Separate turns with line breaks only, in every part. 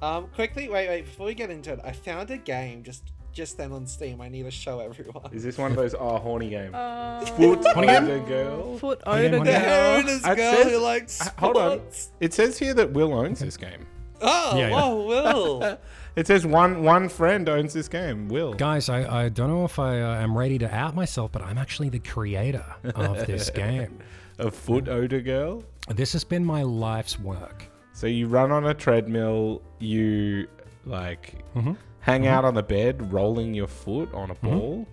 Um, quickly, wait, wait, before we get into it, I found a game just just then on Steam. I need to show everyone.
Is this one of those oh horny games?
Uh,
Foot
Horny game?
Ogre girl.
Foot
Hang on,
odor
one
The
Yeah.
girl.
Heritage
It
girl who
says-
likes
h- hold on.
sports.
It says here that Will owns this game.
Oh,
Yeah, yeah.
whoa, Will.
It says one one friend owns this game. Will.
Guys, I, I don't know if I uh, am ready to out myself, but I'm actually the creator of this game.
A foot odor girl.
This has been my life's work.
So you run on a treadmill, you like hang out on the bed, rolling your foot on a ball.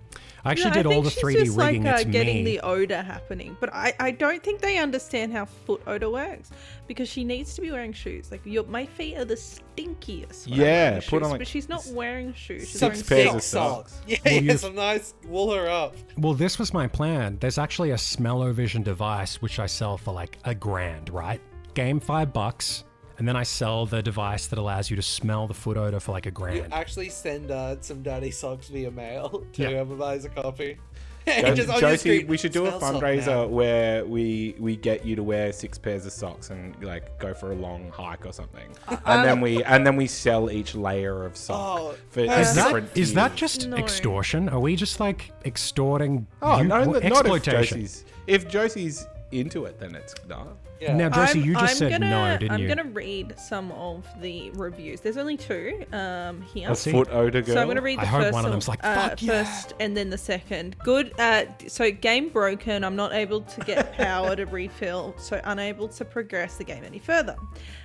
I actually
No,
did
I
all
think
the
she's
3D
just
rigging.
like uh,
it's me.
getting the odor happening, but I, I don't think they understand how foot odor works because she needs to be wearing shoes. Like your my feet are the stinkiest. when I'm
Yeah,
wearing
put on,
shoes,
like,
but she's not wearing shoes. She's
Some
Six
wearing
pairs
thick
of
socks.
socks.
socks.
Yeah,
Will
yeah,
you-
some nice wool her up.
Well, this was my plan. There's actually a smell-o-vision device which I sell for like a grand, right? Game five bucks, and then I sell the device that allows you to smell the foot odor for like a
You
grand.
actually send uh, some dirty socks via mail to
Yeah.
whoever buys a copy.
Jo-
Just on your
Josie,
screen,
we should do a
"Smell sock
fundraiser
now."
where we we get you to wear six pairs of socks and like go for a long hike or something, and then we and then we sell each layer of sock
Oh,
for
Is
Is that,
different
is that
tiers.
just
No.
extortion? Are we just like extorting
oh
you-
no,
well,
not if
exploitation?
Josie's if Josie's into it, then it's not.
Yeah.
Now, Josie,
I'm-
you just
I'm
said
gonna,
no, didn't
I'm
you?
gonna read some of the reviews. There's only two um, here.
A
see.
foot odor girl.
So I'm going to read
I
the
heard
first
one of them's like,
uh,
"Fuck yeah."
first and then the second. Good. Uh, so game broken. I'm not able to get power to refill, so unable to progress the game any further.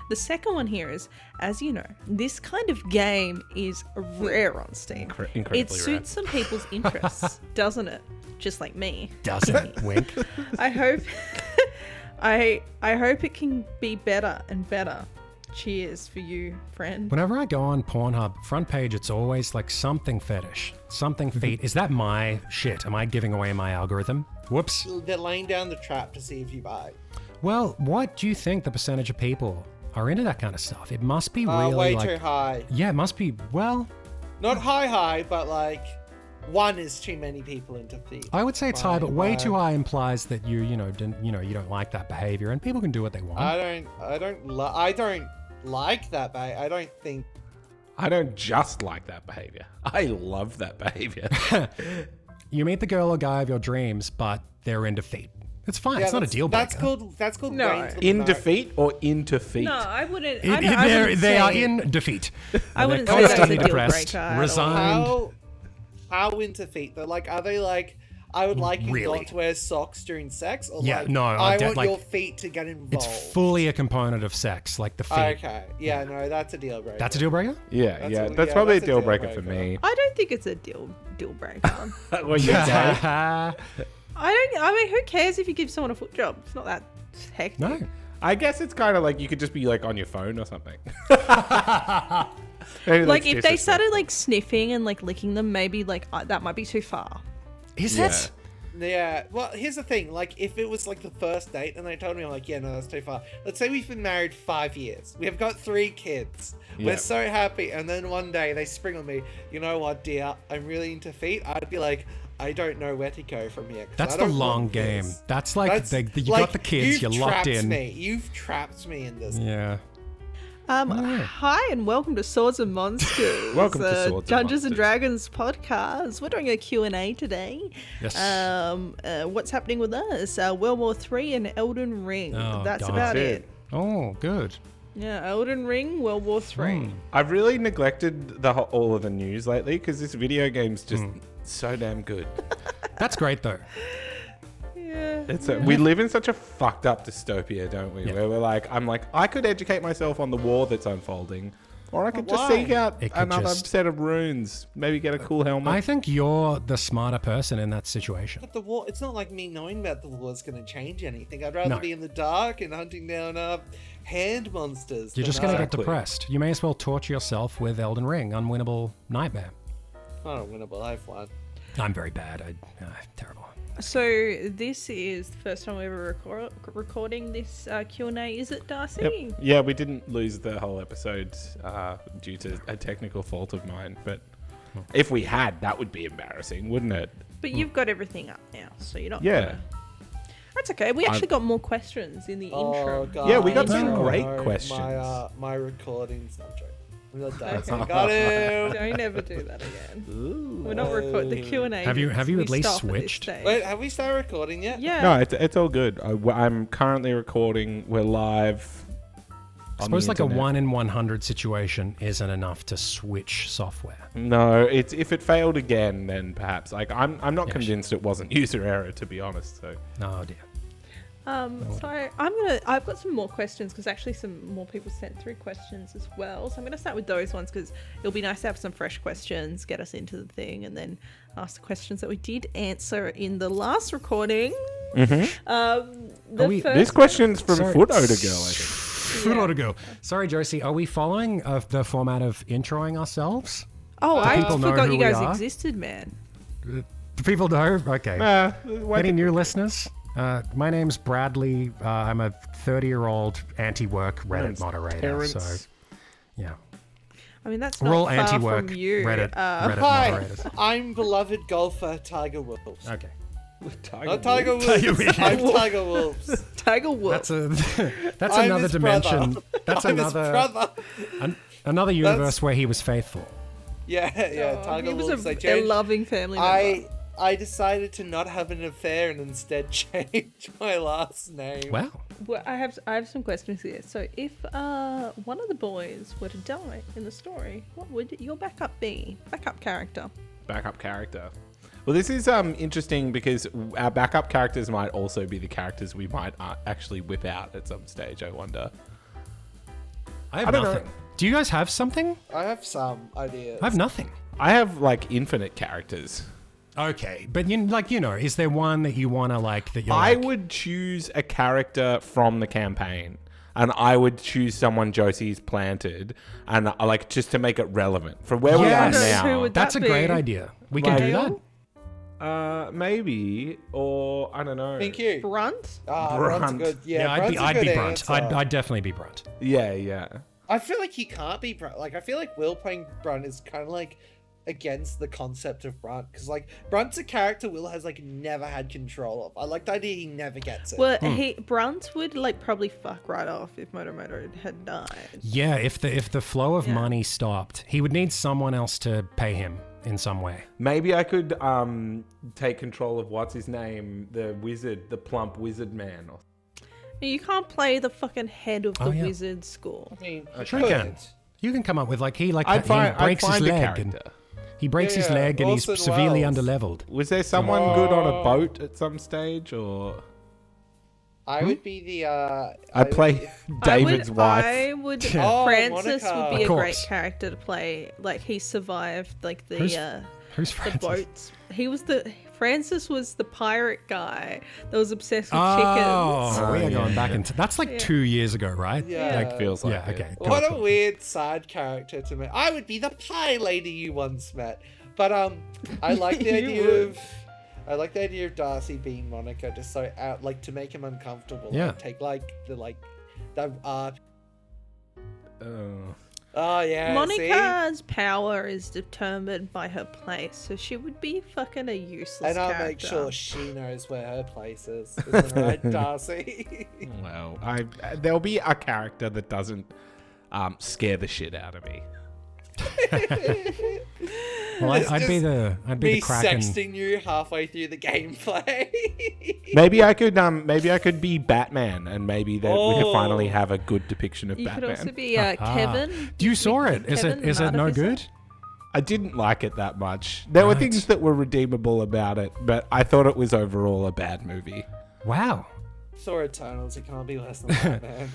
The second one here is, as you know, this kind of game is rare on Steam.
Incre-
it
incredibly
suits
rare.
some people's interests, doesn't it? Just like me.
Doesn't wink.
I hope I I hope it can be better and better. Cheers for you, friend.
Whenever I go on Pornhub front page, it's always like something fetish, something feet. Is that my shit? Am I giving away my algorithm? Whoops.
Um, They're laying down the trap to see if you buy.
Well, what do you think the percentage of people are into that kind of stuff? It must be
Uh,
really
way
like
too high.
yeah, it must be. Well,
Not high, high, but like one is too many people into feet.
I would say it's high,
Fine,
but way too
fine.
high implies that you you know didn't, you know you don't like that behavior, and people can do what they want.
I don't. I don't. Li- I don't like that. But I don't think.
I don't just like that behavior. I love that behavior.
Uh,
you meet the girl or guy of your dreams, but they're into feet. It's fine.
Yeah,
it's not a
that's-
deal breaker.
That's called. That's called.
No.
brains of
in
America.
defeat or into feet?
No, I wouldn't.
It-
I don't,
it-
I
they're-
wouldn't
they are
say-
in defeat.
I
And
wouldn't
they're
say that's a
constantly
deal
depressed,
breaker at all.
resigned.
How? How into feet? Though, like, are they like? I would like you
Really?
not to wear socks during sex, or
Yeah,
like,
no, I
I
don't-
want
like,
your feet to get involved.
It's fully a component of sex, like the feet.
Okay. Yeah, no, that's a deal breaker.
That's a deal breaker.
Yeah,
That's
yeah,
a-
that's
yeah,
probably
that's
a
a
deal,
deal
breaker, for
breaker.
me.
I don't think it's a deal deal breaker.
well, you say.
I don't. I mean, who cares if you give someone a foot job? It's not that hectic.
no.
I guess it's kind of like you could just be like on your phone or something. Maybe
Like
that's
if they
disrespect.
started like sniffing and like licking them, maybe like uh, that might be too far.
Is
Yeah.
it?
Yeah. Well, here's the thing. Like, if it was like the first date and they told me, I'm like, yeah, no, that's too far. Let's say we've been married five years. We have got three kids.
Yeah.
We're so happy. And then one day they spring on me, you know what, dear? I'm really into feet. I'd be like, I don't know where to go from here. 'cause
That's
I
the
don't
long
want
game.
this."
That's like
That's-
the, the- you
like,
got the kids,
you've
you're locked
trapped
in.
Me. You've trapped me in this.
Yeah.
Um,
No.
Hi and welcome to Swords and Monsters. uh,
Welcome to Swords and
Dungeons and
Monsters.
Dragons podcast. We're doing a Q&A today.
Yes.
Um, uh, what's happening with us? Uh, World War Three and Elden Ring.
Oh,
That's
darn.
about
That's
it.
it.
oh, good.
Yeah, Elden Ring, World War Three.
I've really neglected the ho- all of the news lately because this video game's just
Hmm.
so damn good.
That's great
uh,
though.
Yeah.
It's a, we live in such a fucked up dystopia, don't we?
Yeah.
Where we're like, I'm like, I could educate myself on the war that's unfolding, or I could just
Why?
seek out
It could
another
just- Uh,
set of runes, maybe get a cool helmet.
I think you're the smarter person in that situation.
But the war, it's not like me knowing about the war is going to change anything. I'd rather
No.
be in the dark and hunting down uh, hand monsters.
You're
than,
just going to
uh,
get depressed. You may as well torture yourself with Elden Ring, unwinnable nightmare.
I don't winnable. I've won.
I'm very bad. I, uh, terrible.
So this is the first time we're ever record- recording this uh, Q and A. Is it Darcy?
Yep. Yeah, we didn't lose the whole episode uh, due to a technical fault of mine, but if we had, that would be embarrassing, wouldn't it?
But you've got everything up now, so you're not.
Yeah.
gonna- That's okay. We actually got more questions in the
Oh,
intro.
God.
Yeah, we got some
no,
great
no,
questions.
My, uh, my uh, recording subject. I'm gonna die.
Okay.
Got him.
Don't ever do that again. We're not recording the Q and A.
Have you- have you at least switched?
Wait, have we started recording yet?
Yeah.
No, it's, it's all good. I, am currently recording. We're live.
I suppose like a one in one hundred situation isn't enough to switch software.
No, it's if it failed again, then perhaps. Like I'm, I'm not convinced it wasn't user error to be honest. So
Oh dear.
Um, so I'm gonna. I've got some more questions because actually some more people sent through questions as well. So I'm gonna start with those ones because it'll be nice to have some fresh questions, get us into the thing, and then ask the questions that we did answer in the last recording. Um, the
Mm-hmm. Are we-
first
this question's from
Sorry.
Foot Oda Girl. I think.
Food order go. Sorry, Josie. Are we following of the format of introing ourselves?
Oh, I
people know
forgot
who
you
we
guys
are?
existed, man.
Do people know? Okay.
Uh, why
Any
did-
new listeners? Uh, my name's Bradley. Uh, I'm a 30 year old anti work Reddit
Terrence-
moderator.
Terrence.
So, yeah.
I mean, that's
We're all
not
anti
far
work
from you.
Reddit,
Uh,
Reddit
Hi,
moderators.
I'm beloved golfer Tiger Woods.
Okay.
Tiger
Not Tiger Woods. I'm Tiger Woods.
Tiger Woods.
That's, a, that's
I'm
another
his brother.
dimension. That's
I'm his
another
brother.
an, another universe where he was faithful.
Yeah, yeah.
Oh,
Tiger
he was
Woods.
a,
I
a
changed.
loving family member.
I I decided to not have an affair and instead change my last name.
Wow.
Well, I have I have some questions here. So, if uh, one of the boys were to die in the story, what would your backup be? Backup character.
backup character. Well, this is um interesting because our backup characters might also be the characters we might uh, actually whip out at some stage. I wonder.
I have
I don't know.
nothing. Do you guys have something?
I have some ideas.
I have nothing.
I have like infinite characters.
Okay, but you like you know, is there one that you want to like that you're
I
like,
would choose a character from the campaign, and I would choose someone Josie's planted, and uh, like just to make it relevant for where
Yes.
we
Who
are
would
now.
That's
that
a great
be?
idea. We can do that.
Dale?
Uh, maybe or I don't know.
Thank you.
Brunt.
Ah, Brunt's
Brunt.
good. Yeah,
Yeah, I'd be
Brunt's a
I'd
good
be Brunt.
answer.
I'd, I'd definitely be Brunt.
Yeah, yeah.
I feel like he can't be Brunt. Like I feel like Will playing Brunt is kind of like against the concept of Brunt because like Brunt's a character Will has like never had control of. I like the idea he never gets it.
hmm.
Well, he Brunt would like probably fuck right off if Motomoto had died.
Yeah, if the if the flow of
Yeah.
money stopped, he would need someone else to pay him in some way.
Maybe I could um take control of what's his name, the wizard, the plump wizard man. Or
You can't play the fucking head of the
Oh, yeah.
wizard school.
I mean, he
Sure you can.
could.
You can come up with like he like
I'd
he
find, I'd
breaks his
find a
leg and
character.
he breaks his
Yeah,
leg and he's
Orson
severely
Welles.
underleveled.
Was there someone good on a boat at some stage, or
I would be the. uh
I play David's
I would,
wife?
I would.
Oh,
Francis would
Monica.
be a great
Of course.
character to play. Like he survived like the
Who's-
uh,
Who's
the
Francis?
boats. He was the Francis was the pirate guy that was obsessed with
Oh,
chickens.
we are
Oh,
going
yeah.
back into that's like two years ago, right?
Yeah.
Like, feels like
Yeah.
it.
Okay. cool,
What
cool.
a weird side character to me. I would be the pie lady you once met. But um I like the
You
idea
would.
of I like the idea of Darcy being Monica just so out like to make him uncomfortable.
Yeah.
Like, take like the like the uh
Oh.
oh yeah. see?
Monica's power is determined by her place, so she would be fucking a useless
And I'll
character.
make sure she knows where her place is. Isn't right, Darcy?
Well, I there'll be a character that doesn't um, scare the shit out of me.
Well, I,
It's
I'd be
just
the I'd be
Me
the Kraken.
sexting you halfway through the gameplay.
Maybe I could um, maybe I could be Batman, and maybe that we could finally
Oh.
have a good depiction of
You could
Batman.
also be uh,
Ah.
Kevin.
Do you saw it? Is
Kevin,
it is it
an
no
artificer?
good?
I didn't like it that much. There were
Right.
things that were redeemable about it, but I thought it was overall a bad movie.
Wow.
Thor Eternals, it can't be less than that, man.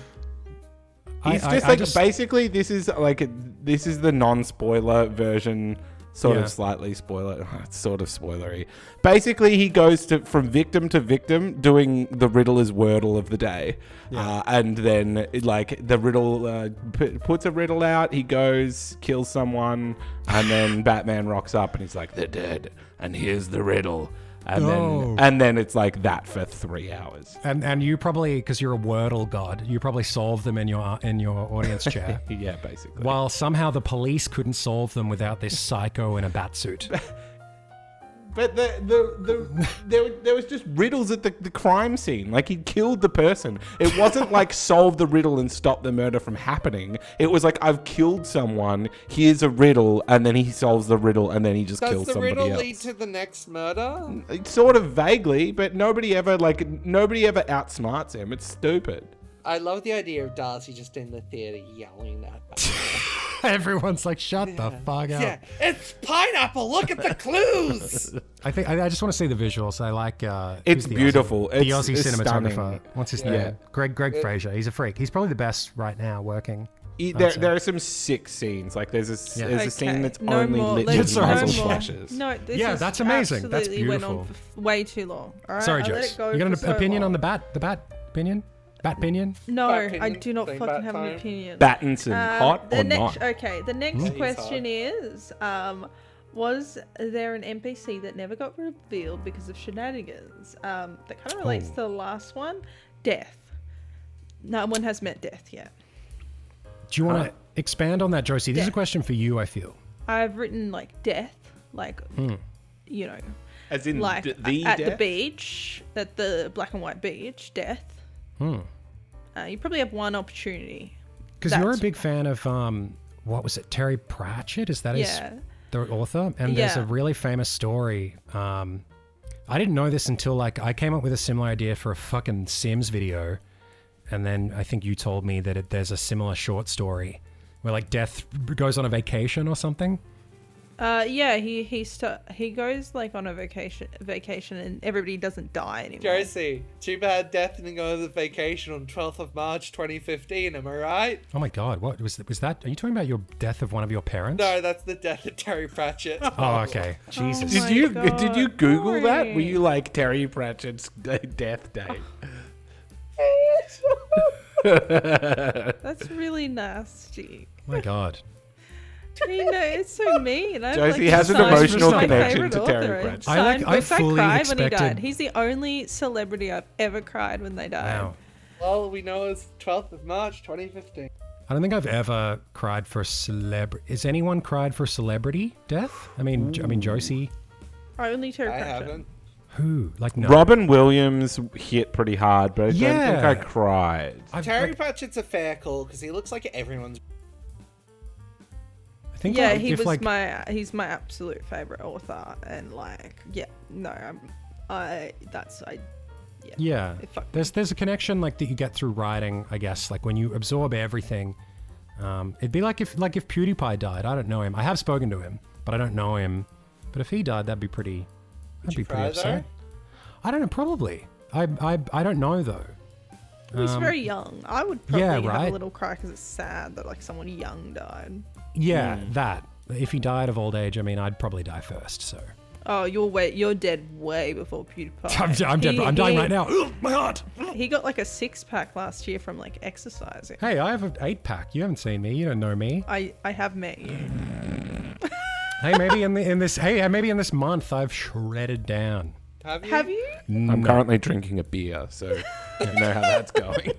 I-
He's
I-
just
I
like basically this is like this is the non-spoiler version, sort
Yeah.
of slightly spoiler, it's sort of spoilery. Basically, he goes to from victim to victim, doing the Riddler's wordle of the day, uh, and then like the riddle uh, p- puts a riddle out. He goes kills someone, and then Batman rocks up and he's like, "They're dead," and here's the riddle. And
No.
then, and then it's like that for three hours.
And and you probably because you're a Wordle god, you probably solve them in your in your audience chair.
Yeah, basically.
While somehow the police couldn't solve them without this psycho in a bat suit.
But the the, the there, were- there was just riddles at the, the crime scene. Like he killed the person. It wasn't like solve the riddle and stop the murder from happening. It was like I've killed someone. Here's a riddle, and then he solves the riddle, and then he just
Does
kills
the
somebody
riddle
else.
lead to the next murder?
It's sort of vaguely, but nobody ever like nobody ever outsmarts him. It's stupid.
I love the idea of Darcy just in the theater yelling that.
Everyone's like, shut the fuck up.
yeah, it's pineapple. Look at the clues.
I think I, I just want to see the visuals. I like. Uh, who's
It's
the Aussie-
beautiful. It's-
the Aussie
it's
cinematographer.
stunning.
What's his
Yeah.
name? Greg Greg Fraser. He's a freak. He's probably the best right now working.
E- There, there are some sick scenes. Like there's a s-
Yeah.
there's a scene that's only lit
let's-
with
It's alright.
muzzle
No more.
flashes.
No, this
Yeah,
is
that's amazing. That's
absolutely went on
beautiful.
for f- way too long. All right,
Sorry,
I let
Jokes.
it go
You got an
for so
opinion
long.
on the bat? The bat opinion? Bat opinion?
No,
Back opinion,
I do not
think
fucking
back
have an
time.
opinion.
Battinson,
Um,
hot
the
or
next,
not? Hmm?
Okay, the next
he's
question is um, Was there an NPC that never got revealed because of shenanigans? Um, that kind of relates
Oh.
to the last one death. No one has met death yet.
Do you want to expand on that, Josie? This is
Uh,
a
Yeah.
question for you. I feel.
I've written like death, like,
Hmm.
you know,
As in
like
d- the
at the
death?
beach, at the black and white beach, death.
Hmm.
Uh, you probably have one opportunity.
Because you're a
That's-
big fan of um, what was it? Terry Pratchett? Is that his
Yeah.
the author? And there's a
Yeah.
really famous story. Um, I didn't know this until like I came up with a similar idea for a fucking Sims video, and then I think you told me that it, there's a similar short story where like Death goes on a vacation or something.
Uh, yeah, he he st- he goes like on a vacation vacation, and everybody doesn't die anymore.
Josie, too bad death didn't go on the vacation on 12th of March 2015. Am I right?
Oh my god, what was was that? Are you talking about your death of one of your parents?
No, that's the death of Terry Pratchett.
Oh, okay. Jesus.
my
Did you did
God,
you Google that? Were
sorry.
you like Terry Pratchett's d- death date?
That's really nasty.
Oh my god.
You know, it's so mean. I'm
Josie
like,
has an
Simon's
emotional
my
connection
favourite
to Terry
author.
Pratchett.
I, like,
Simon
I
Brooks,
fully
cried when he
expected-
died. He's the only celebrity I've ever cried when they died.
Wow.
All we know is 12th of March 2015.
I don't think I've ever cried for celebrity. Is anyone cried for celebrity death? I mean, I mean Josie.
Only Terry
I
Pratchett.
haven't.
Who? Like no.
Robin Williams hit pretty hard, but I don't think
Yeah.
I cried.
I've,
Terry
like,
Pratchett's a fair call because he looks like everyone's.
I think
yeah,
like,
he
if
was
like
my he's my absolute favorite author, and like, yeah, no, I'm, I that's I, yeah,
yeah.
It fucked
There's there's a connection like that you get through writing, I guess. Like when you absorb everything, um, it'd be like if like if PewDiePie died. I don't know him. I have spoken to him, but I don't know him. But if he died, that'd be pretty. That'd be pretty
cry,
upset. I don't know. Probably. I I I don't know though.
He was very young. I would probably
Um, yeah,
have
right.
a little cry because it's sad that like someone young died.
Yeah, that. If he died of old age, I mean, I'd probably die first. So.
Oh, you're way, you're dead way before PewDiePie.
I'm, I'm dead.
He-
I'm dying
he-
right now. Ugh, my heart.
He got like a six pack last year from like exercising.
Hey, I have an eight pack. You haven't seen me. You don't know me.
I I have met
Mm-hmm.
you.
Hey, maybe in the, in this hey maybe in this month I've shredded down.
Have you?
Have you?
I'm currently drinking a beer, so I don't know how that's going.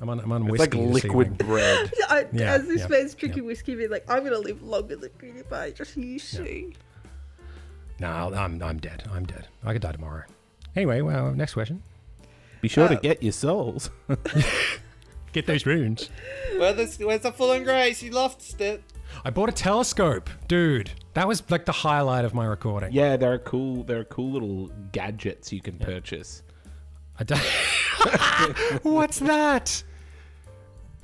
I'm on I'm on
It's
whiskey.
like
this
liquid
evening.
bread.
I,
Yeah,
as this
yeah,
man's drinking whiskey, being like, I'm gonna live longer than PewDiePie. Just you see.
No, I'll- I'm I'm dead. I'm dead. I could die tomorrow. Anyway, well, next question.
Be sure to get your souls.
Get those runes.
Where's the, where's the full and grace? He lost it.
I bought a telescope, dude. That was like the highlight of my recording.
Yeah, there are cool there are cool little gadgets you can purchase.
I di- What's that?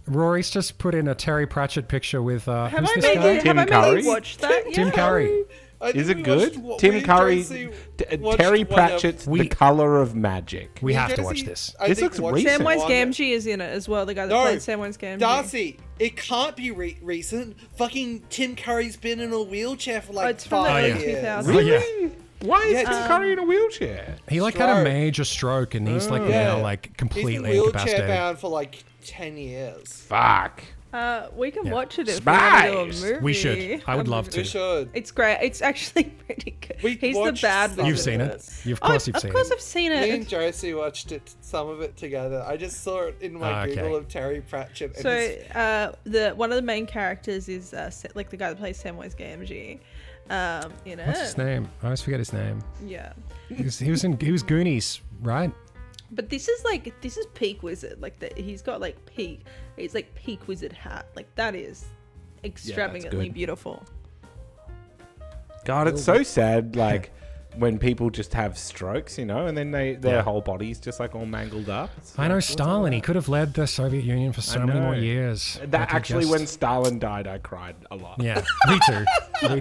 Rory's just put in a Terry Pratchett picture with uh,
Have
who's
I
this
made
guy?
you,
Tim
have I
Curry?
made you watch that?
Tim
Yeah.
Curry.
I
Is
think
it
we watched
good?
wa- we
Tim
and
Curry,
Josie
T-
watched
Terry
one of-
Pratchett's
We-
The Color of Magic.
We have to
Josie,
watch this.
I
This
think,
looks
watched
recent.
Samwise
one-
Gamgee is in it as well. The guy that
No,
played Samwise Gamgee.
Darcy, it can't be re- recent. Fucking Tim Curry's been in a wheelchair for like
Oh, it's from the
five
early
Oh, yeah.
years.
2000s.
Really?
Why is
Yeah,
Tim
um,
Curry in a wheelchair?
He like had a
Stroke.
major stroke and he's like
Yeah.
now like
He's been
completely
wheelchair
incapacitated.
bound for like ten years.
Fuck.
Uh, we can
Yeah.
watch it if we want to
Spies!
do a movie.
We should. I would
A
love
movie.
to.
We should.
It's great. It's actually pretty good.
We
He's the
watched
bad
some
one.
of
You've seen it. You- Of
oh,
course, you've
of
seen
course
it.
I've seen
Me and
it.
Josie watched it, some of it together. I just saw it in my
Ah, okay.
Google of Terry Pratchett. And
So
his-
uh, the one of the main characters is uh, Sa- like the guy that plays Samwise Gamgee, um, in
What's his
it.
name? I always forget his name.
Yeah.
He was, he was in he was Goonies, right?
But this is like this is peak wizard. Like that he's got like peak. It's like peak wizard hat. Like that is extravagantly
good.
beautiful.
God, it's so sad. Like when people just have strokes, you know, and then they their
Yeah.
whole body's just like all mangled up. It's
I
like,
know
what's all
Stalin. He
that?
could have led the Soviet Union for so many more
know.
years. Like,
That
he
actually,
just-
when Stalin died, I cried a lot.
yeah, me too. Me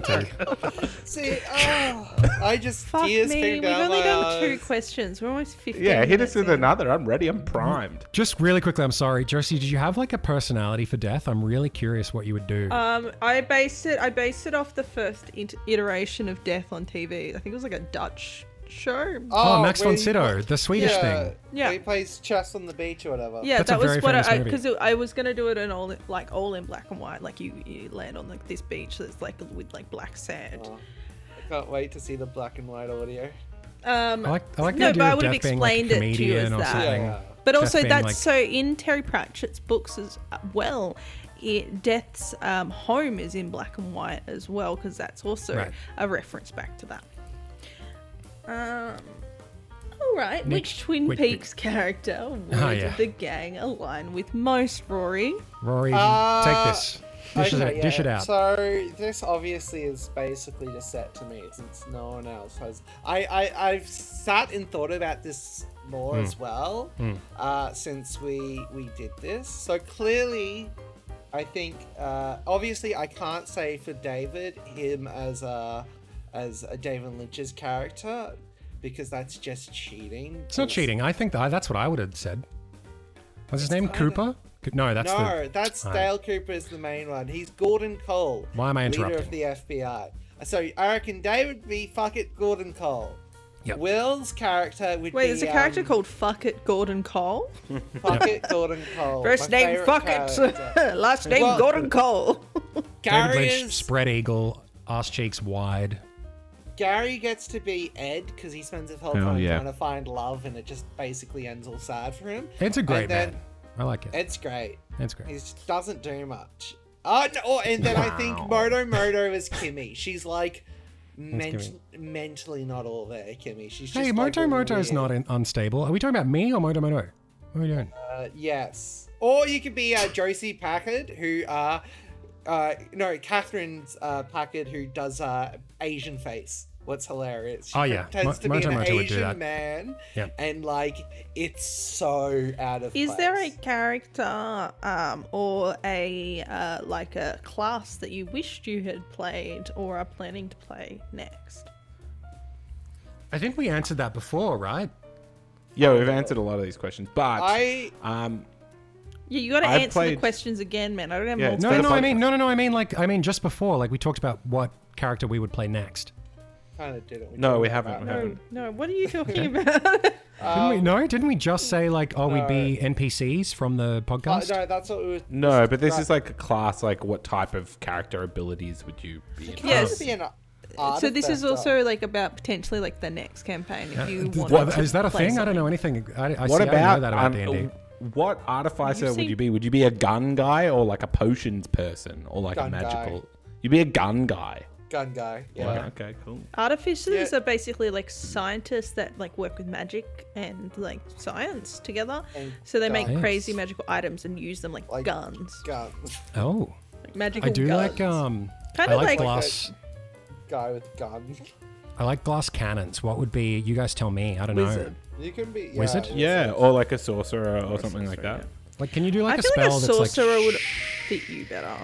too.
See, oh, I just
Fuck
tears
me.
came
We've
down
only
my
done two
eyes.
questions. We're almost fifty.
Yeah, hit us with another. I'm ready. I'm primed.
Just really quickly, I'm sorry, Josie. Did you have like a personality for death? I'm really curious what you would do.
Um, I based it. I based it off the first it- iteration of Death on TV. I think it was like a Dutch show.
oh, Max von
where he-
Sydow, the Swedish
yeah,
thing.
Yeah.
where he plays chess on the beach or whatever.
yeah,
that's a
that was
very
what
famous
I
movie.
because I was gonna do it in all like all in black and white. Like you, you land on like this beach that's like with like black sand.
Oh, I can't wait to see the black and white audio.
Um,
I like, I like the
No,
idea
but I
of
would have
death being like a
explained it to you
comedian
as
or
that.
something.
Yeah.
But
Death
also,
being,
that's
like-
so in Terry Pratchett's books as uh, well. It, Death's um, home is in black and white as well because that's also
Right.
a reference back to that. Um, all right,
Nick,
which Twin
which bit-
Peaks character would
yeah.
the gang align with most, Rory?
Rory,
Uh,
take this. Dish, it,
Okay,
dish
yeah,
it out.
So this obviously is basically just set to me since no one else has. I, I I've sat and thought about this more as
Hmm.
well uh, since we we did this. So clearly, I think uh, obviously I can't say for David him as a as a David Lynch's character because that's just cheating.
It's not cheating. I think that, that's what I would have said. Was his name Cooper? Co- No, that's
No,
the.
that's
All right.
Dale Cooper is the main one. He's Gordon Cole,
Why am I
leader of
interrupting?
the FBI. So I reckon David would be fuck it, Gordon Cole.
Yep.
Will's character would be
Wait, there's a character
um,
called Fuck It Gordon Cole.
Fuck it, Gordon Cole.
First
my
name
favourite
Fuck
character.
It, last name
Well-
Gordon Cole.
David Lynch,
Gary's,
spread eagle, ass cheeks wide.
Gary gets to be Ed because he spends his whole
Oh,
time
yeah.
trying to find love, and it just basically ends all sad for him.
It's a great
and then
man. I like it.
Ed's great.
It's great.
He just doesn't do much. Oh, no, oh, and then I think Moto Moto is Kimmy. She's like men- mentally not all there, Kimmy. She's just
Hey,
like,
Moto Moto's
weird.
not in, unstable. Are we talking about me or Moto Moto? What are we doing?
Uh, yes. Or you could be uh, Josie Packard, who uh, uh, no, Catherine's uh, Packard, who does uh, Asian face. What's hilarious? She
Oh, yeah.
pretends
Mo-
to
Moto
be an
Moto would do
Asian
that.
man,
Yeah.
and like it's so out of.
Is
place.
there a character um, or a uh, like a class that you wished you had played or are planning to play next?
I think we answered that before, right?
Yeah, we've answered a lot of these questions, but
I
um,
Yeah, you got to
I
answer the
played-
questions again, man. I don't have
Yeah,
multiple.
No, no,
Instead
no.
of
I
like-
mean, no, no, no. I mean, like, I mean, just before, like, we talked about what character we would play next.
kind of did it. We
no,
talked
we
about
haven't. We
that.
haven't.
No, no, what are you talking about?
didn't
Um,
we? No, didn't we just say like, oh, we'd be NPCs from the
Uh,
podcast?
no, that's what we were
No, but this is like a class. Like, what type of character abilities would you be? In?
Yes.
Could be an
so this is
artifact,
also like about potentially like the next campaign if you
Th-
want.
what-
to
is that a
play
thing? I
something.
don't know anything. I, I
What
see, I
about,
don't know that about
um,
D&D.
what artificer
You've
would
seen-
you be? Would you be a gun guy or like a potions person or like
Gun
a
guy.
magical? You'd be a gun guy.
gun guy. Yeah.
Okay, cool.
Artificers
Yeah.
are basically like scientists that like work with magic and like science together.
And
So they make
guns.
crazy magical items and use them like,
Like
guns,
Gun
Oh,
like magical
I do
guns.
like um.
Kinda
I like,
like-
glass.
guy with gun.
I like glass cannons. What would be? You guys tell me. I don't know.
Wizard. You can be yeah,
Wizard?
Yeah, or like a sorcerer or, something like that.
Like, can you do
I
like a
feel
spell
like a
that's
sorcerer
like
would fit you better.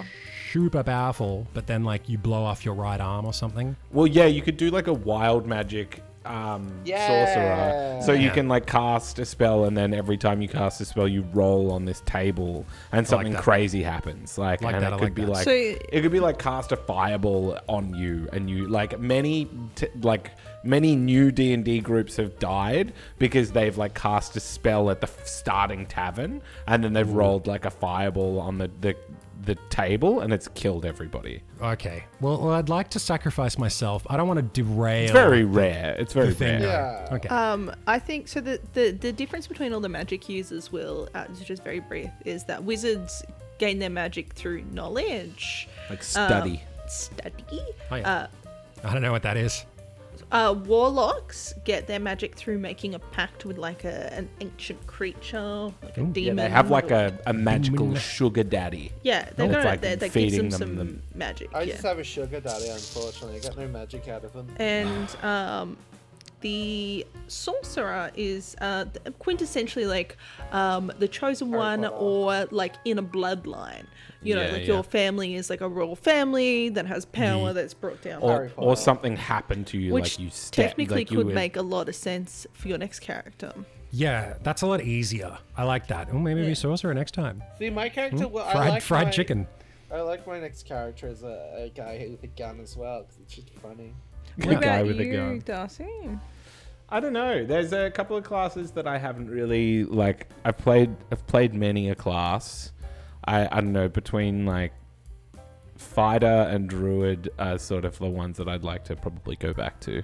super powerful, but then like you blow off your right arm or something?
Well, yeah, you could do like a wild magic um,
Yeah.
sorcerer. So you
Yeah.
can like cast a spell, and then every time you cast a spell, you roll on this table, and something
that.
crazy happens. Like,
Like
and
that,
it
I
could
like
be
that.
like
So-
it could be like cast a fireball on you, and you like many t- like many new D and D groups have died because they've like cast a spell at the f- starting tavern, and then
Mm.
they've rolled like a fireball on the the the table, and it's killed everybody.
Okay. Well, well I'd like to sacrifice myself. I don't want to derail.
It's very rare. It's very
Oh. the thing.
rare.
Yeah.
though. Okay.
Um, I think so. The, the the difference between all the magic users will, uh, this is just very brief, is that wizards gain their magic through knowledge,
Like
um,
study.
study.
Oh, yeah.
uh,
I don't know what that is.
Uh, warlocks get their magic through making a pact with like a, an ancient creature, like a
Yeah,
demon.
they have like
or-
a, a magical
Demon.
sugar daddy.
yeah. They
it's
don't.
like
they, that gives
feeding
them,
them
some
them.
magic.
I
yeah. Uh,
just have a sugar daddy, unfortunately. I got no magic out of him.
and um, the sorcerer is uh, th- quintessentially like um, the chosen one
Potter.
or like in a bloodline. You know,
Yeah,
like
yeah.
your family is like a royal family that has power that's brought down. by
Or,
Harry
or
Potter.
something happened to you,
which
like you ste-
technically
like you
could
were-
make a lot of sense for your next character.
Yeah, that's a lot easier. I like that. Oh, maybe
Yeah.
we sorcerer next time.
See, my character, well, I
Hmm? Fried
like
fried
my,
chicken.
I like my next character as a, a guy who with a gun as well, 'cause it's just funny.
What
The
about
guy with the
you,
gun.
Darcy?
I don't know. There's a couple of classes that I haven't really like. I've played. I've played many a class. I I don't know between like fighter and druid are sort of the ones that I'd like to probably go back to.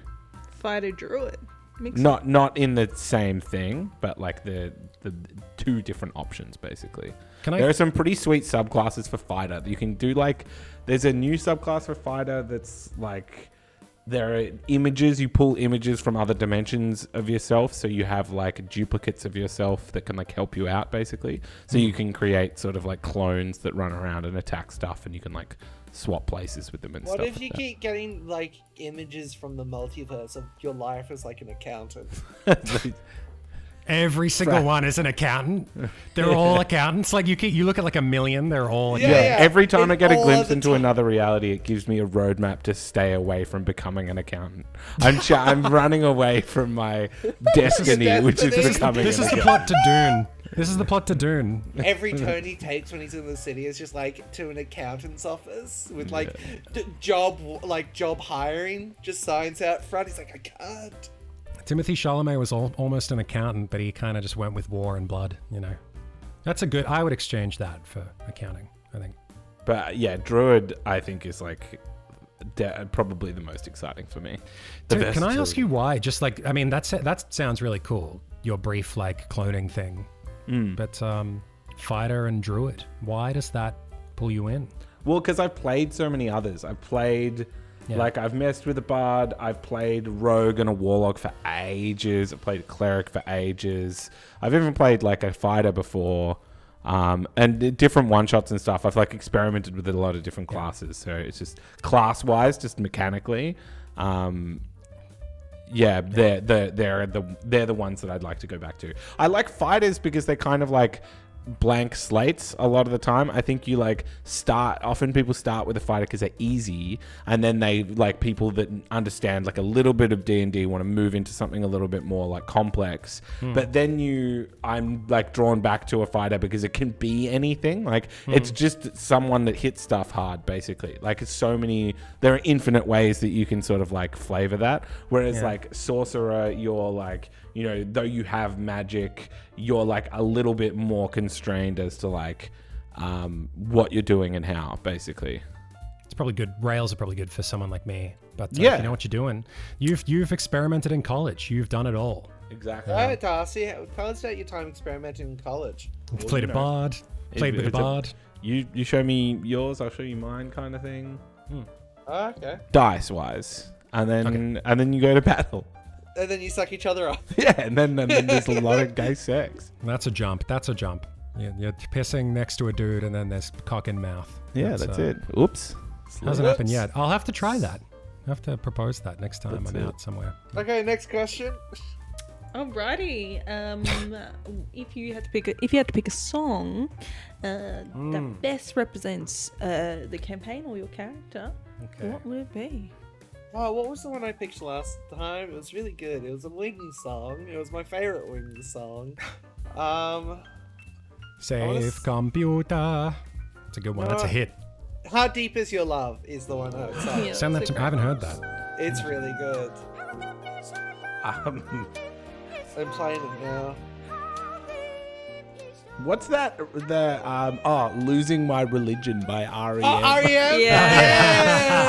Fighter druid. Mixed
Not not in the same thing, but like the the two different options basically.
Can
There
I?
are some pretty sweet subclasses for fighter. You can do like there's a new subclass for fighter that's like there are images you pull images from other dimensions of yourself so you have like duplicates of yourself that can like help you out basically so
Hmm.
you can create sort of like clones that run around and attack stuff and you can like swap places with them and
What
stuff
if
like
you
that.
keep getting like images from the multiverse of your life as like an accountant?
Every single one is an accountant. They're all accountants. Like you, keep, you look at like a million. They're all.
Yeah.
yeah, every time I
It's
get a
all
glimpse
the
into
time.
another reality, it gives me a roadmap to stay away from becoming an accountant. I'm ch- I'm running away from my destiny, which is
This is-
becoming
This
an
is the
accountant.
plot to Dune. This is the plot to Dune.
Every turn he takes when he's in the city is just like to an accountant's office with like d- job like job hiring. Just signs out front. He's like, I can't.
Timothy Chalamet was al- almost an accountant, but he kind of just went with war and blood. You know, that's a good. I would exchange that for accounting. I think.
But yeah, druid I think is like de- probably the most exciting for me. The
Dude, can I ask
versatility.
you why? Just like I mean, that's that sounds really cool. Your brief like cloning thing, but um, fighter and druid. Why does that pull you in?
Well, because I've played so many others. I've played,
Yeah.
like, I've messed with a bard. I've played rogue and a warlock for ages. I've played a cleric for ages. I've even played, like, a fighter before. Um, and d- different one shots and stuff. I've, like, experimented with a lot of different classes. So it's just class wise, just mechanically. Um, yeah, they're the they're the they're the ones that I'd like to go back to. I like fighters because they're kind of like blank slates a lot of the time. I think you like start often people start with a fighter because they're easy, and then they like people that understand like a little bit of D and D want to move into something a little bit more like complex. But then you, I'm like drawn back to a fighter because it can be anything. Like
Mm.
it's just someone that hits stuff hard, basically. Like it's so many. There are infinite ways that you can sort of like flavor that. Whereas
Yeah.
like sorcerer, you're like you know though you have magic, you're like a little bit more constrained as to like um, what you're doing and how, basically.
It's probably good. Rails are probably good for someone like me. But uh, if
Yeah.
you know what you're doing. You've you've experimented in college. You've done it all.
Exactly.
Oh, Darcy, tell us about your time experimenting in college.
You've played a
know.
bard. Played with a
it's a-
bard.
you you show me yours, I'll show you mine, kind of thing.
Oh, okay.
Dice wise, and then and then you go to battle.
And then you suck each other up.
Yeah, and then, and then there's a lot of gay sex.
That's a jump. That's a jump. You're, you're pissing next to a dude, and then there's cock in mouth.
Yeah, that's,
uh,
it. Oops.
Hasn't
Whoops.
happened yet. I'll have to try that. I have to propose that next time
That's
I'm
it.
out somewhere.
Okay, next question.
Alrighty. Um, if you had to pick, a, if you had to pick a song uh, that best represents uh, the campaign or your character, what would it be?
Oh, what was the one I picked last time? It was really good. It was a Wings song. It was my favorite Wings song. Um,
Save
s-
computer. It's a good one.
Ah.
That's a
Uh,
hit.
How Deep Is Your Love is the one I would say.
Yeah,
Send that
that's
to
a
me. I haven't heard that.
It's really good.
Um,
I'm playing it now.
what's that? The um, oh, losing my religion by E REM.
Oh, REM!
Yeah.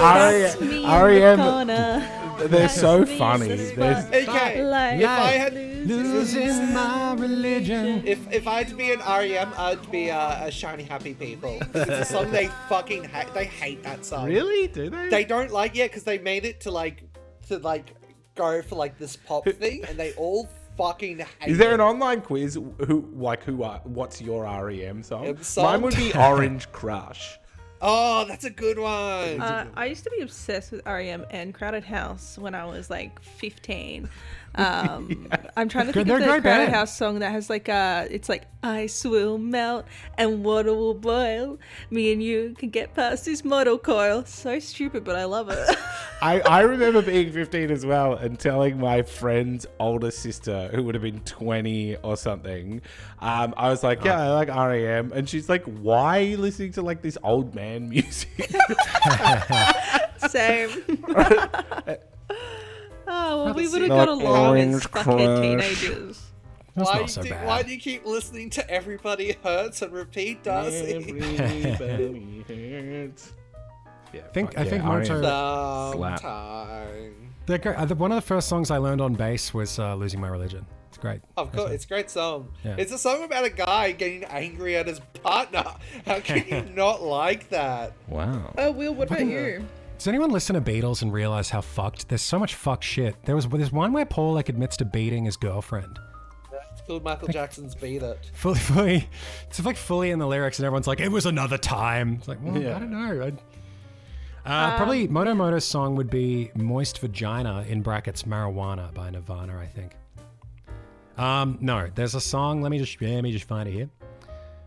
That's me in the REM. They're so
That's me,
funny.
that's
There's-
right.
Okay,
Like,
if I had,
Losing my religion.
If if I'd be an REM, I'd be uh, a shiny happy people. 'Cause It's a song they fucking hate. They hate that song.
Really? Do they?
They don't like yeah, because they made it to like to like go for like this pop thing, and they all fucking hate.
Is there
it.
an online quiz? Who like who are? What's your REM song?
Um, song?
Mine would be Orange Crush.
Oh, that's a good one.
Uh, I used to be obsessed with REM and Crowded House when I was like 15. Um, I'm trying to think
Good- they're
of the
great
Crowded
band.
House song that has like uh it's like ice will melt and water will boil. Me and you can get past this model coil. So stupid, but I love it.
I, I remember being 15 as well and telling my friend's older sister, who would have been 20 or something, um, I was like, yeah, I like REM. And she's like, why are you listening to like this old man music?
Same. oh well, we would have
Not
got along as
Orange
fucking
Crush.
teenagers.
That's
why
not so
do,
bad.
why do you keep listening to Everybody Hurts and repeat, Darcy?
Everybody hurts. Yeah,
I think
fuck
I
yeah,
think
R.E.M..
Moto.
Sometime.
They're great. Uh, the- One of the first songs I learned on bass was uh, "Losing My Religion." It's great.
Of course, it's a great song.
Yeah.
It's a song about a guy getting angry at his partner. How can you not like that?
Wow.
Oh Will, what about you?
Does anyone listen to Beatles and realize how fucked? There's so much fuck shit. There was there's one where Paul like admits to beating his girlfriend.
It's called Michael Jackson's Beat It.
Fully, fully, it's like fully in the lyrics, and everyone's like, "It was another time." It's like, well, I don't know. I'd- uh, probably Moto Moto's song would be "Moist Vagina" in brackets "Marijuana" by Nirvana, I think. Um, no, there's a song. Let me just let me just find it here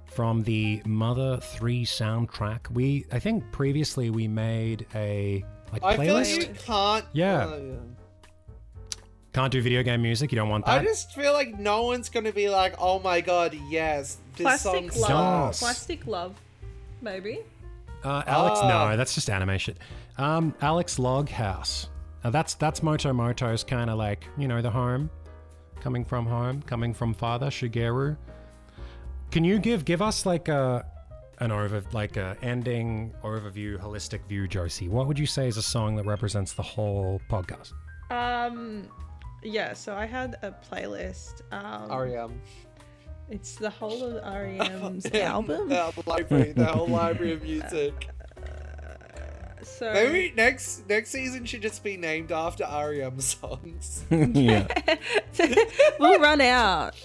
from the Mother Three soundtrack. We I think previously we made a like
I feel like
playlist.
you can't.
Yeah.
Oh, yeah.
Can't do video game music. You don't want that.
I just feel like no one's gonna be like, "Oh my god, yes, this song
Plastic love.
sucks."
sucks.
Plastic love, maybe.
Uh, Alex,
Ah.
no, that's just animation. Um, Alex Loghouse. Uh, that's that's Moto Moto's kind of like you know the home, coming from home, coming from father Shigeru. Can you give give us like a an over like a ending overview, holistic view, Josie? What would you say is a song that represents the whole podcast?
Um, yeah. So I had a playlist. Um,
REM.
It's the whole of REM's album.
The whole library, the whole library of music.
So
Maybe next next season should just be named after REM songs.
yeah.
we'll run out.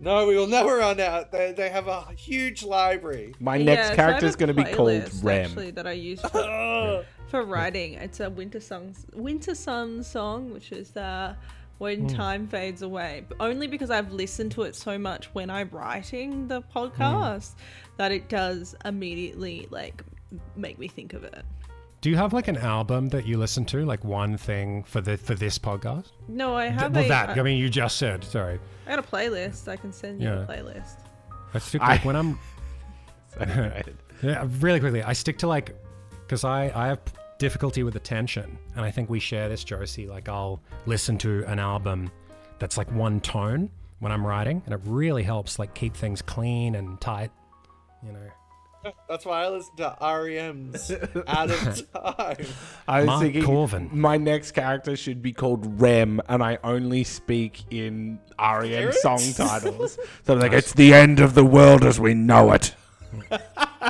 no, we will never run out. They, they have a huge library.
My
Yeah,
next
so I have
character
a
is going to be called
playlist,
Rem.
Actually, that I use for,
Ugh.
for writing. It's a winter songs, winter sun song, which is uh,
Hmm.
when time fades away. But only because I've listened to it so much when I'm writing the
Hmm.
podcast that it does immediately like make me think of it.
Do you have like an album that you listen to, like one thing for the for this podcast?
No, I have
well,
a,
that
uh
I-
I mean, you just said sorry.
I got a playlist. I can send you
Yeah.
a playlist.
I think
I-
like when I'm
Sorry.
Yeah, really quickly, I stick to like, because I I have difficulty with attention, and I think we share this, Josie. Like, I'll listen to an album that's like one tone when I'm writing, and it really helps like keep things clean and tight. You know,
That's why I listen to REM's Out of Time.
I was
Mark
thinking
Corvin.
my next character should be called Rem, and I only speak in REM
Lyrics?
song titles. so I'm like, it's the end of the world as we know it.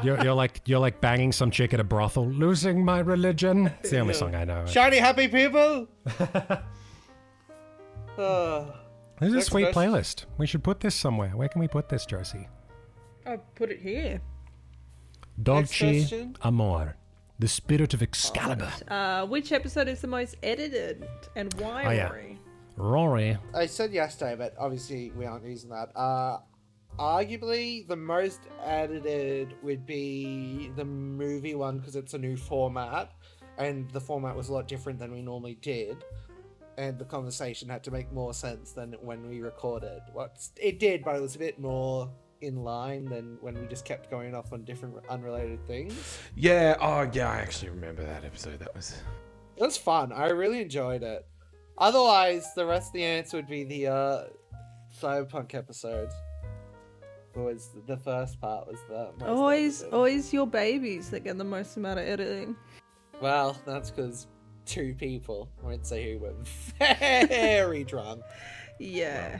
you're, you're like you're like banging some chick at a brothel, losing my religion. It's the only song I know.
Shiny happy people. Ah. Ugh.
This is a
Next
sweet
question.
playlist. We should put this somewhere. Where can we put this, Josie?
I put it here.
Dolce
question. Oh,
Amor, the spirit of Excalibur.
Uh, which episode is the most edited and why?
Oh, yeah.
Rory?
Rory,
I said yesterday, but obviously we aren't using that. Uh, arguably, the most edited would be the movie one because it's a new format, and the format was a lot different than we normally did, and the conversation had to make more sense than when we recorded. What it did, but it was a bit more in line than when we just kept going off on different unrelated things.
Yeah, oh, yeah, I actually remember that episode. That was.
It was fun. I really enjoyed it. Otherwise, the rest of the answer would be the uh, cyberpunk episode. Was the first part was the most
Always,
edited.
always your babies that get the most amount of editing.
Well, that's because two people, I won't say who, were very drunk.
Yeah.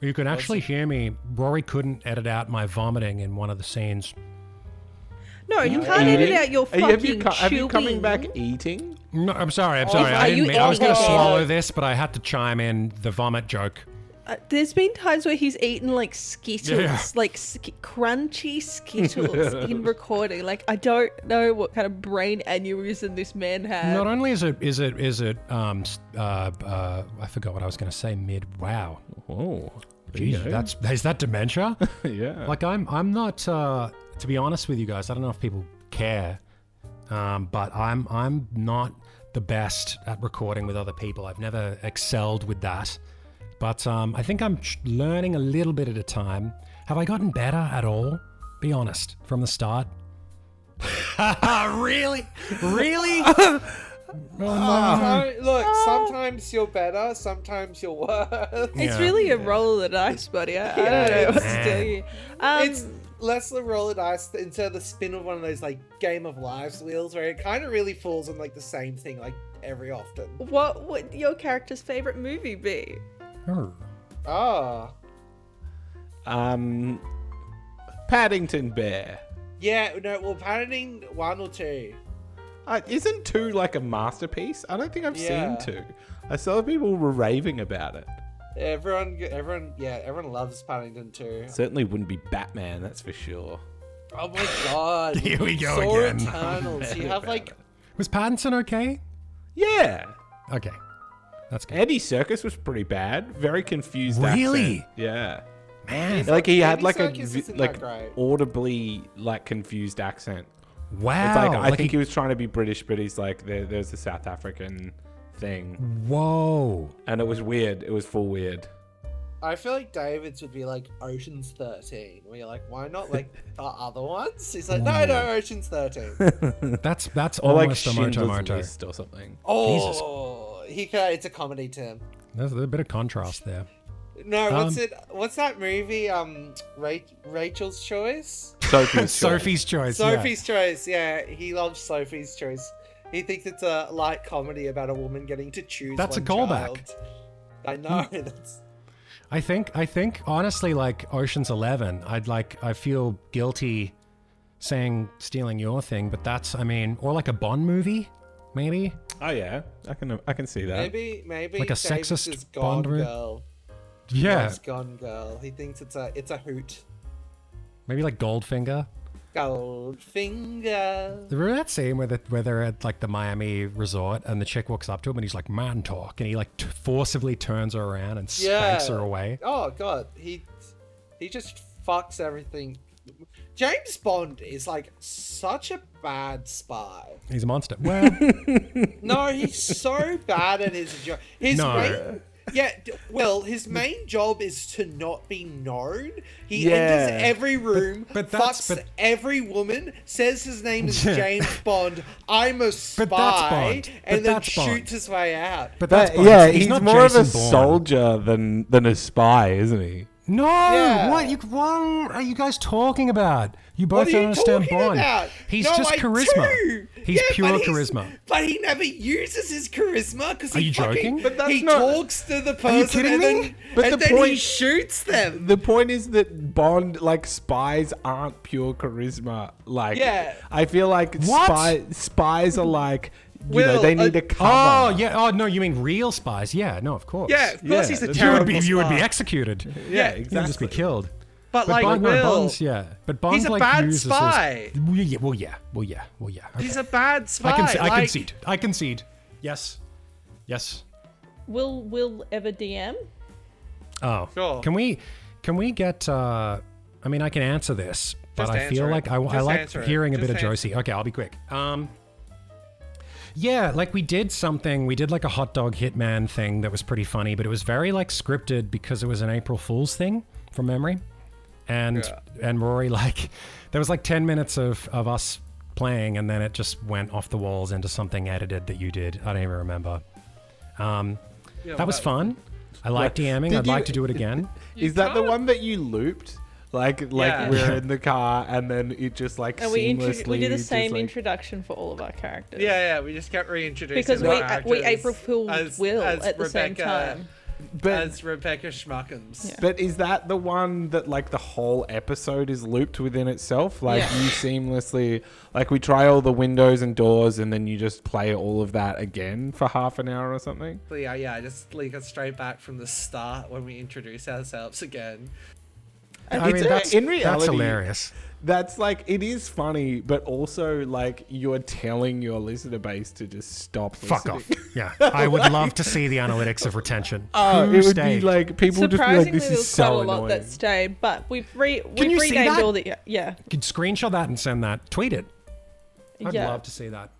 You could actually hear me. Rory couldn't edit out my vomiting in one of the scenes.
No, you can't edit out your
Are you,
fucking
have you, co- have you
chewing.
coming back eating?
No, I'm sorry. I'm sorry.
Oh, are
I didn't
you
mean. I was going to
eating?
swallow this, but I had to chime in the vomit joke.
Uh, there's been times where he's eaten like Skittles,
Yeah.
like sk- crunchy Skittles in recording. Like I don't know what kind of brain aneurysm this man had.
Not only is it is it is it um s- uh, uh I forgot what I was going to say mid. Wow,
Oh,
Jeez, that's is that dementia?
yeah.
like I'm I'm not uh, to be honest with you guys. I don't know if people care, um, but I'm I'm not the best at recording with other people. I've never excelled with that, but um, I think I'm ch- learning a little bit at a time. Have I gotten better at all? Be honest from the start. really, really.
Ah.
So, look, sometimes you're better, sometimes you're worse.
it's
Yeah.
really a roll of the dice, buddy. I, I don't know what to tell you. Um,
It's less the roll of dice th- instead of the spin of one of those like Game of Lives wheels where it kind of really falls on like the same thing like every often.
what would your character's favorite movie be?
Oh.
Ah,
Um, Paddington Bear.
yeah, no, well, Paddington one or two.
Uh, isn't two like a masterpiece? I don't think I've
Yeah.
seen two. I saw people were raving about it.
Everyone, everyone, yeah, everyone loves Paddington two.
Certainly wouldn't be Batman, that's for sure.
Oh my god!
Here we go
Saw
again.
Eternals. You have like
Was Pattinson okay?
Yeah,
Okay, that's good.
Andy Circus was pretty bad. Very confused.
Really?
accent. Yeah.
Man,
Like he had
Andy
like a
Serkis
vi-
isn't that
like
great.
audibly like confused accent.
wow!
It's like I
Like
think he
he-
was trying to be British, but he's like there, there's a South African thing,
Whoa!
and it was weird. It was full weird.
I feel like David's would be like Ocean's Thirteen, where you're like, why not like the other ones? He's like, no, no, Ocean's Thirteen.
That's that's
Or like
almost a
Schindler's
moto moto.
List or something.
Oh, he can, it's a comedy term.
There's a bit of contrast there.
No, what's
Um,
it? What's that movie? Um, Ra- Rachel's Choice.
Sophie's Choice.
Sophie's choice. yeah.
Sophie's Choice. Yeah, he loves Sophie's Choice. He thinks it's a light comedy about a woman getting to choose.
That's a
one
callback.
child. I know. That's
I think I think honestly, like Ocean's Eleven, I'd like I feel guilty saying stealing your thing, but that's I mean, or like a Bond movie, maybe.
Oh yeah, I can I can see that.
maybe maybe
Like a
David's
sexist
is Gone
Bond movie?
Girl.
Yeah,
Loves Gone Girl. He thinks it's a it's a hoot.
maybe like Goldfinger.
Gold finger.
Remember that scene where the, where they're at like the Miami resort and the chick walks up to him and he's like man talk and he like t- forcibly turns her around and spanks
Yeah.
her away.
Oh god, he he just fucks everything. James Bond is like such a bad spy.
He's a monster. Well,
No, he's so bad at his job. His
No.
main, yeah, d- well, his main job is to not be known. He
Yeah.
enters every room,
but that's-
fucks
but-
every woman, says his name is
Yeah.
James Bond. I'm a spy,
Bond. But
and then
that's
shoots
Bond.
his way out.
but that's
But,
Bond.
yeah, he's,
not
more
Jason
of a
Bourne.
soldier than than a spy, isn't he?
No,
Yeah.
what you what are you guys talking about? You both
What are
don't
you
understand
talking
Bond.
about?
He's
No,
just
I
charisma.
do.
He's
Yeah,
pure
but
charisma.
But he never uses his charisma because he
Are you
fucking,
joking? But
that's
he
not-
talks to the person
you kidding
and
me?
then,
But
and
the
then he
point-
shoots them.
The point is that Bond, like spies, aren't pure charisma. Like,
Yeah.
I feel like
What?
spy, spies are like, you know,
Will,
they
uh,
need a
Oh
cover.
yeah. Oh no, you mean real spies? Yeah. No, of course.
Yeah, of course
Yeah,
he's a
that's-
You
terrible
would be you would be
spy.
executed.
yeah,
You would just be killed.
But, like,
Bond, no,
Will,
Bond's yeah. But Bond
he's a
like
bad
uses his-
spy.
Well, yeah. Well, yeah. Well, yeah. Well, yeah. Okay.
he's a bad spy.
I can I
like,
concede. I concede. Yes. Yes.
Will Will ever DM?
Oh.
Sure.
Can we can we get uh I mean I can answer this, but
Just
I feel
answer it.
like I, I
Just
like
answer it.
hearing a
Just
bit of
answer
Josie. Okay, I'll be quick. Um yeah, like we did something. We did like a hot dog hitman thing that was pretty funny, but it was very like scripted because it was an April Fool's thing from memory. And and Rory like there was like 10 minutes of of us playing and then it just went off the walls into something edited that you did. I don't even remember. Um that was fun. I like DMing.
did
I'd
you-
like to do it again.
Is that the one that you looped? Like like
Yeah.
we're in the car and then it just like
And we
seamlessly
intro- we did the
just,
same
like-
introduction for all of our characters.
Yeah, yeah, we just kept reintroducing
Because
the
we- uh,
characters
we April Fooled Will at the same time.
But
As Rebecca Schmuckums.
Yeah.
But is that the one that like the whole episode is looped within itself? Like
Yeah.
you seamlessly like we try all the windows and doors and then you just play all of that again for half an hour or something?
But yeah, yeah, just like us straight back from the start when we introduce ourselves again.
I
It's
mean,
a-
that's
in
that's
reality-
hilarious.
That's like it is funny, but also like you're telling your listener base to just stop.
Fuck
listening.
off. Yeah, I would love to see the analytics of retention.
Uh,
Who
it would be
stayed?
like people would just be
Surprisingly,
like, "This
there
is
was quite
so
a lot
annoying."
that stayed, but we've re
Can
we've
you see
renamed
that?
all the yeah
Could screenshot that and send that. Tweet it. I'd
yeah.
love to see that.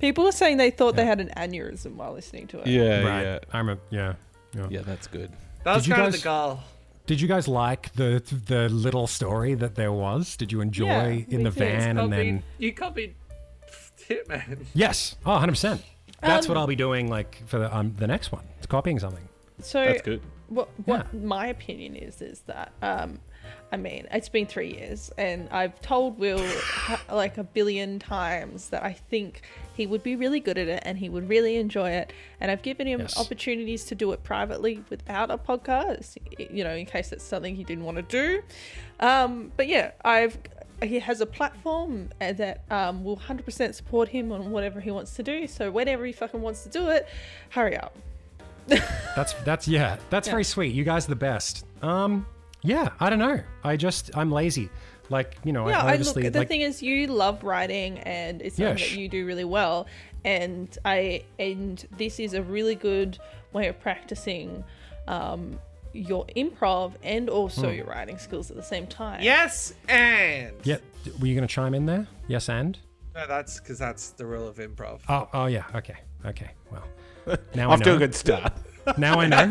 People were saying they thought they
Yeah.
had an aneurysm while listening to it.
Yeah,
right.
Uh, yeah,
I remember. Yeah. Yeah.
yeah. That's good.
That was
you
kind of
guys-
the goal.
Did you guys like the the little story that there was? Did you enjoy
Yeah, we
in the
did.
van and
Copied-
then?
You copied Hitman.
Yes. Oh, 100 percent. That's what
Um,
I'll be doing like for the um, the next one. It's copying something.
So
That's good.
What, what
Yeah.
my opinion is is that um, I mean it's been three years and I've told Will ha- like a billion times that I think he would be really good at it and he would really enjoy it and I've given him
Yes.
opportunities to do it privately without a podcast y- you know in case it's something he didn't want to do um, but yeah I've he has a platform uh, that um, will 100% support him on whatever he wants to do so whenever he fucking wants to do it hurry up
That's that's yeah. That's
Yeah.
very sweet. You guys are the best. Um, yeah. I don't know. I just I'm lazy. Like you know,
Yeah,
I
I
obviously
look. The
like
thing is, you love writing, and it's something
Yes.
that you do really well. And I and this is a really good way of practicing um, your improv and also
Hmm.
your writing skills at the same time.
Yes, and.
yeah. Were you gonna chime in there? Yes, and
No, that's because that's the rule of improv.
oh oh yeah. Okay okay. Well, now I
Off
know.
to a good start.
Now I know.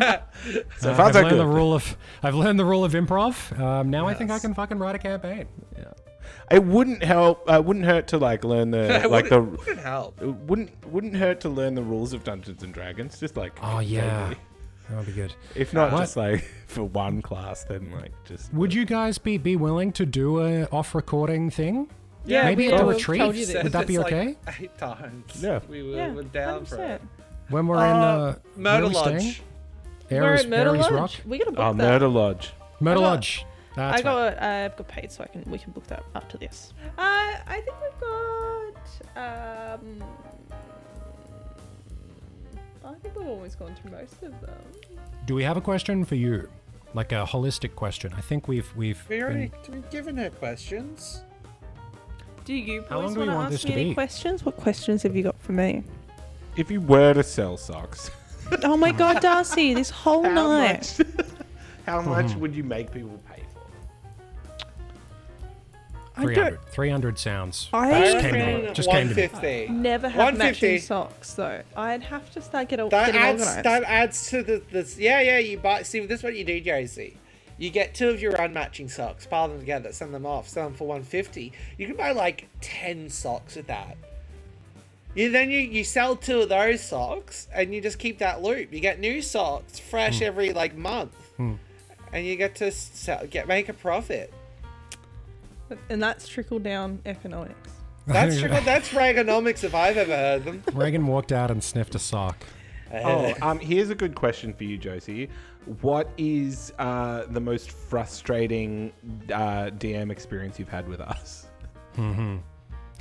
so
far,
I've
so
learned the
good.
rule of I've learned the rule of improv. Um, now I think I
Yes.
can fucking write a campaign.
It wouldn't help. Uh, wouldn't hurt to like learn the
It
like the
wouldn't- wouldn't help.
It wouldn't wouldn't hurt to learn the rules of Dungeons and Dragons, just like
Oh yeah,
vaguely.
that would be good.
If not
What?
just like for one class, then like just
Would you guys be be willing to do a off recording thing?
Yeah,
maybe
we
at the
all
retreat.
told you this.
Would that be
It's like
okay?
eight times.
Yeah.
We were,
yeah,
we're down for it.
100%.
When we're
Uh,
in the
Murder Lodge.
We're at Murder Lodge.
Rock,
We gotta book
Oh,
that.
Murder Lodge.
Murder
I got-
Lodge. That's
I
right.
got. uh, I've got paid, so I can. We can book that after this. Uh, I think we've got. Um, I think we've always gone through most of them.
Do we have a question for you? Like a holistic question. I think we've we've.
We
been-
already we've given her questions.
Do you
How long
boys
do we
want to
want this
ask
to
me any
be?
questions? What questions have you got for me?
If you were to sell socks,
Oh my god, Darcy, this whole night.
how
Hmm.
much would you make people pay for?
I
300, 300 sounds.
I
just
reckon
came to me. Just came to me.
150.
never have
150.
matching socks though. I'd have to start get,
That
getting
adds
organized.
that adds to the this. Yeah, yeah. You buy. See, this is what you do, Josie. You get two of your own matching socks, pile them together, send them off, sell them for 150. You can buy like 10 socks with that. You then you, you sell two of those socks and you just keep that loop. You get new socks fresh
Hmm.
every like month. And you get to sell, get make a profit.
And that's trickle down economics.
That's true. That's Reaganomics if I've ever heard them.
Reagan walked out and sniffed a sock.
Oh, um, here's a good question for you, Josie. What is uh, the most frustrating uh, DM experience you've had with us?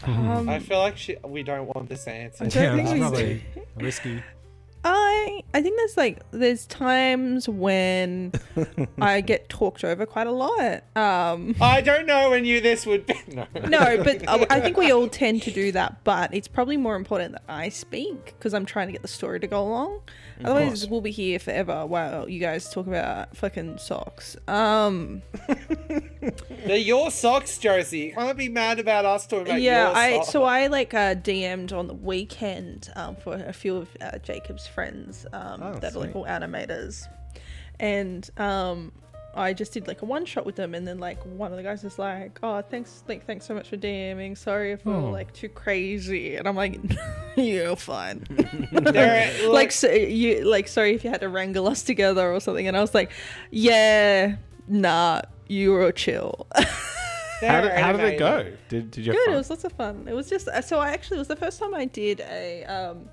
Um,
I feel like she, we don't want this answer.
don't think
that's
we
probably risky.
I I think there's like there's times when I get talked over quite a lot. Um,
I don't know when you this would be. No.
no, but I, I think we all tend to do that. But it's probably more important that I speak because I'm trying to get the story to go along. Otherwise,
course.
we'll be here forever while you guys talk about fucking socks. Um,
They're your socks, Josie. You can't be mad about us talking about
yeah,
your
I
socks.
so I like uh, DM'd on the weekend um, for a few of uh, Jacob's friends um, that are like all animators, and um, I just did like a one shot with them, and then like one of the guys was like, "Oh, thanks, like thanks so much for DMing. Sorry if we were like too crazy," and I'm like, "You're fine."
They're- look,
like so you like sorry if you had to wrangle us together or something, and I was like, "Yeah, nah." Eurochill.
How
They're
did, how did it
animated.
go? Did, did you have
Good.
fun?
It was lots of fun. It was just uh, so I actually it was the first time I did a um,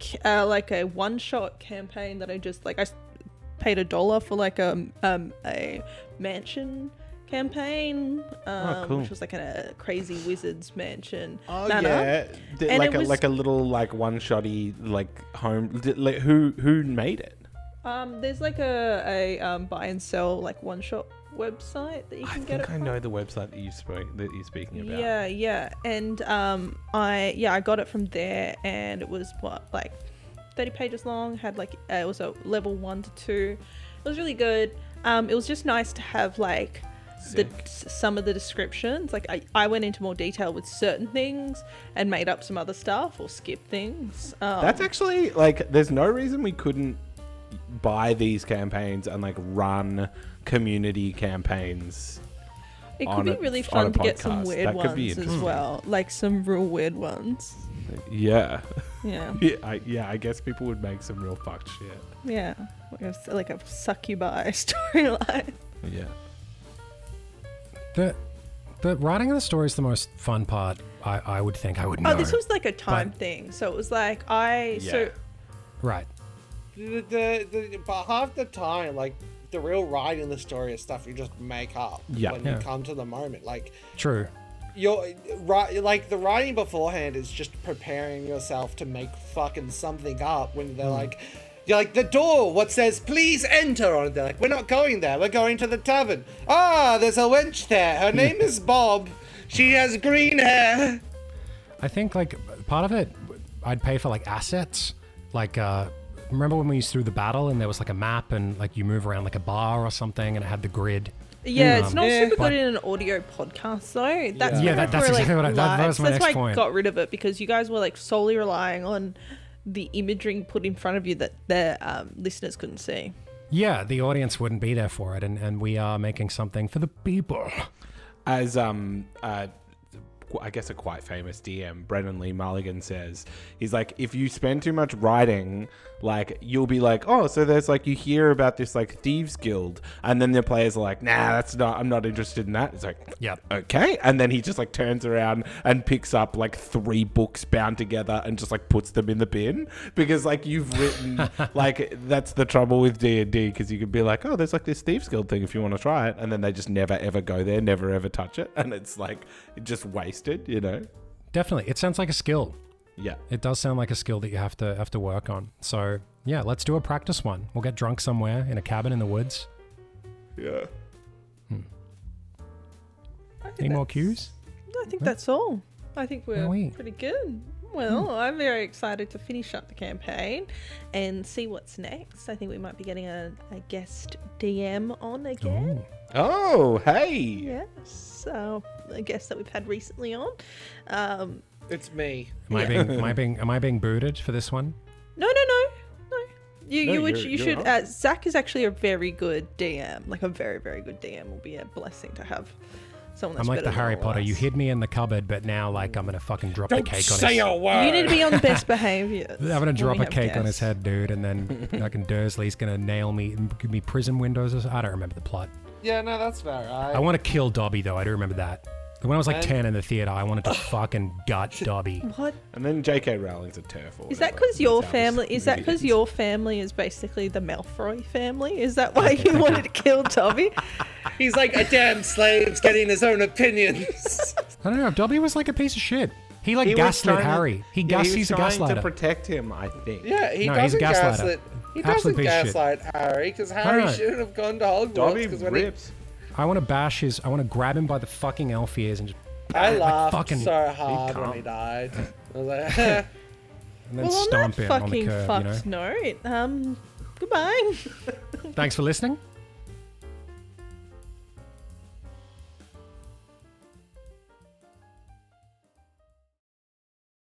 c- uh, like a one shot campaign that I just like I s- paid a dollar for like a um a mansion campaign um,
Oh, cool.
which was like a crazy wizard's mansion
Oh
manor.
yeah, Did-
And
like
it
a
was-
like a little like one shotty like home. Did, like who who made it?
Um, there's like a a um, buy and sell like one shot website that you
I
can get it
think I
from.
know the website that you spoke that you're speaking about.
Yeah, yeah, and um, I yeah, I got it from there, and it was what like thirty pages long. Had like uh, it was a level one to two. It was really good. Um, it was just nice to have like the
Sick.
some of the descriptions. Like I, I went into more detail with certain things and made up some other stuff or skipped things. Um,
That's actually like there's no reason we couldn't buy these campaigns and like run community campaigns.
It
on
could be
a-
really
on a
fun to get some
podcast.
weird
That could
ones
be
as
interesting.
well, like some real weird ones.
Yeah.
Yeah,
Yeah, I, yeah, I guess people would make some real fucked shit.
yeah, like a, like a succubi storyline.
Yeah.
The the writing of the story is the most fun part. I, I would think I would know.
Oh, this was like a time
But-
thing. So it was like I so
right.
The, the, the, but half the time, like the real writing in the story is stuff you just make up
Yeah.
when
Yeah.
you come to the moment. Like
True.
you're right, like the writing beforehand is just preparing yourself to make fucking something up when they're like. You're like the door. What says please enter on it? They're like, we're not going there. We're going to the tavern. Ah, there's a wench there. Her name is Bob. She has green hair.
I think like part of it, I'd pay for like assets. Like, uh, remember when we used to do the battle and there was like a map and like you move around like a bar or something and it had the grid.
yeah, it's
Um,
not
Yeah.
super
But-
good in an audio podcast though. That's
Yeah,
more
that- that's
for,
exactly
like,
what I- that- that
live.
was my
That's
next
why I
point.
got rid of it because you guys were like solely relying on the imagery put in front of you that the um, listeners couldn't see.
Yeah, the audience wouldn't be there for it, and, and we are making something for the people.
As um, uh, qu- I guess a quite famous DM, Brennan Lee Mulligan says, he's like, if you spend too much writing, like you'll be like, oh, so there's like you hear about this like thieves guild, and then the players are like, nah, that's not, I'm not interested in that. It's like,
Yep.
okay, and then he just like turns around and picks up like three books bound together and just like puts them in the bin because like you've written like that's the trouble with D and D because you could be like, oh, there's like this thieves guild thing if you want to try it, and then they just never ever go there, never ever touch it, and it's like just wasted, you know?
Definitely, it sounds like a skill.
Yeah.
It does sound like a skill that you have to have to work on. So yeah, let's do a practice one. We'll get drunk somewhere in a cabin in the woods.
Yeah.
I think
Any more
that's-
cues?
I think that's all. I think we're
Are we?
pretty good. Well,
Hmm.
I'm very excited to finish up the campaign and see what's next. I think we might be getting a, a guest DM on again.
Oh, hey.
Yes. So a guest that we've had recently on. Um,
It's me.
Am I being am I being am I being booted for this one?
no, no, no, no. You,
No,
you would,
you're-
you
you're
should.
on.
Uh, Zach is actually a very good DM, like a very, very good DM. Will be a blessing to have someone. That's
I'm like
better
the
than
Harry
all of
Potter. You
us.
hid me in the cupboard, but now like I'm gonna fucking drop the cake on
say
his.
a word.
You need to be on the best behaviour.
I'm gonna drop a cake on his head, dude, and then fucking Dursley's gonna nail me, and give me prison windows. Or so- I don't remember the plot.
Yeah, no, that's fair. I,
I want to kill Dobby though. I do remember that. When I was like
And-
ten in the theater, I wanted to fucking gut Dobby.
What
and then J.K. Rowling's a turf. or
Is that
whatever.
because your
That's how this
family? Is that
movie
because your family is basically the Malfoy family? Is that why you wanted to kill Dobby?
He's like a damn slave's getting his own opinions.
I don't know. Dobby was like a piece of shit. He like
He was
gaslit
trying to-
Harry. He
yeah,
gas.
was
he's a
trying to
gaslighter.
protect him, I think.
Yeah, he
No, he's
doesn't
a gaslighter.
gaslight. He
Absolute
doesn't
piece of shit.
gaslight Harry because Harry
know.
shouldn't have gone to Hogwarts.
Dobby
'cause when he-
rips.
I want to bash his. I want to grab him by the fucking elf ears and just.
I laughed
fucking-
so hard when he
can't.
died. I was like,
And
well,
then
on that
stomp him on the
fucking
curb. You know.
fucked note, um, goodbye.
Thanks for listening.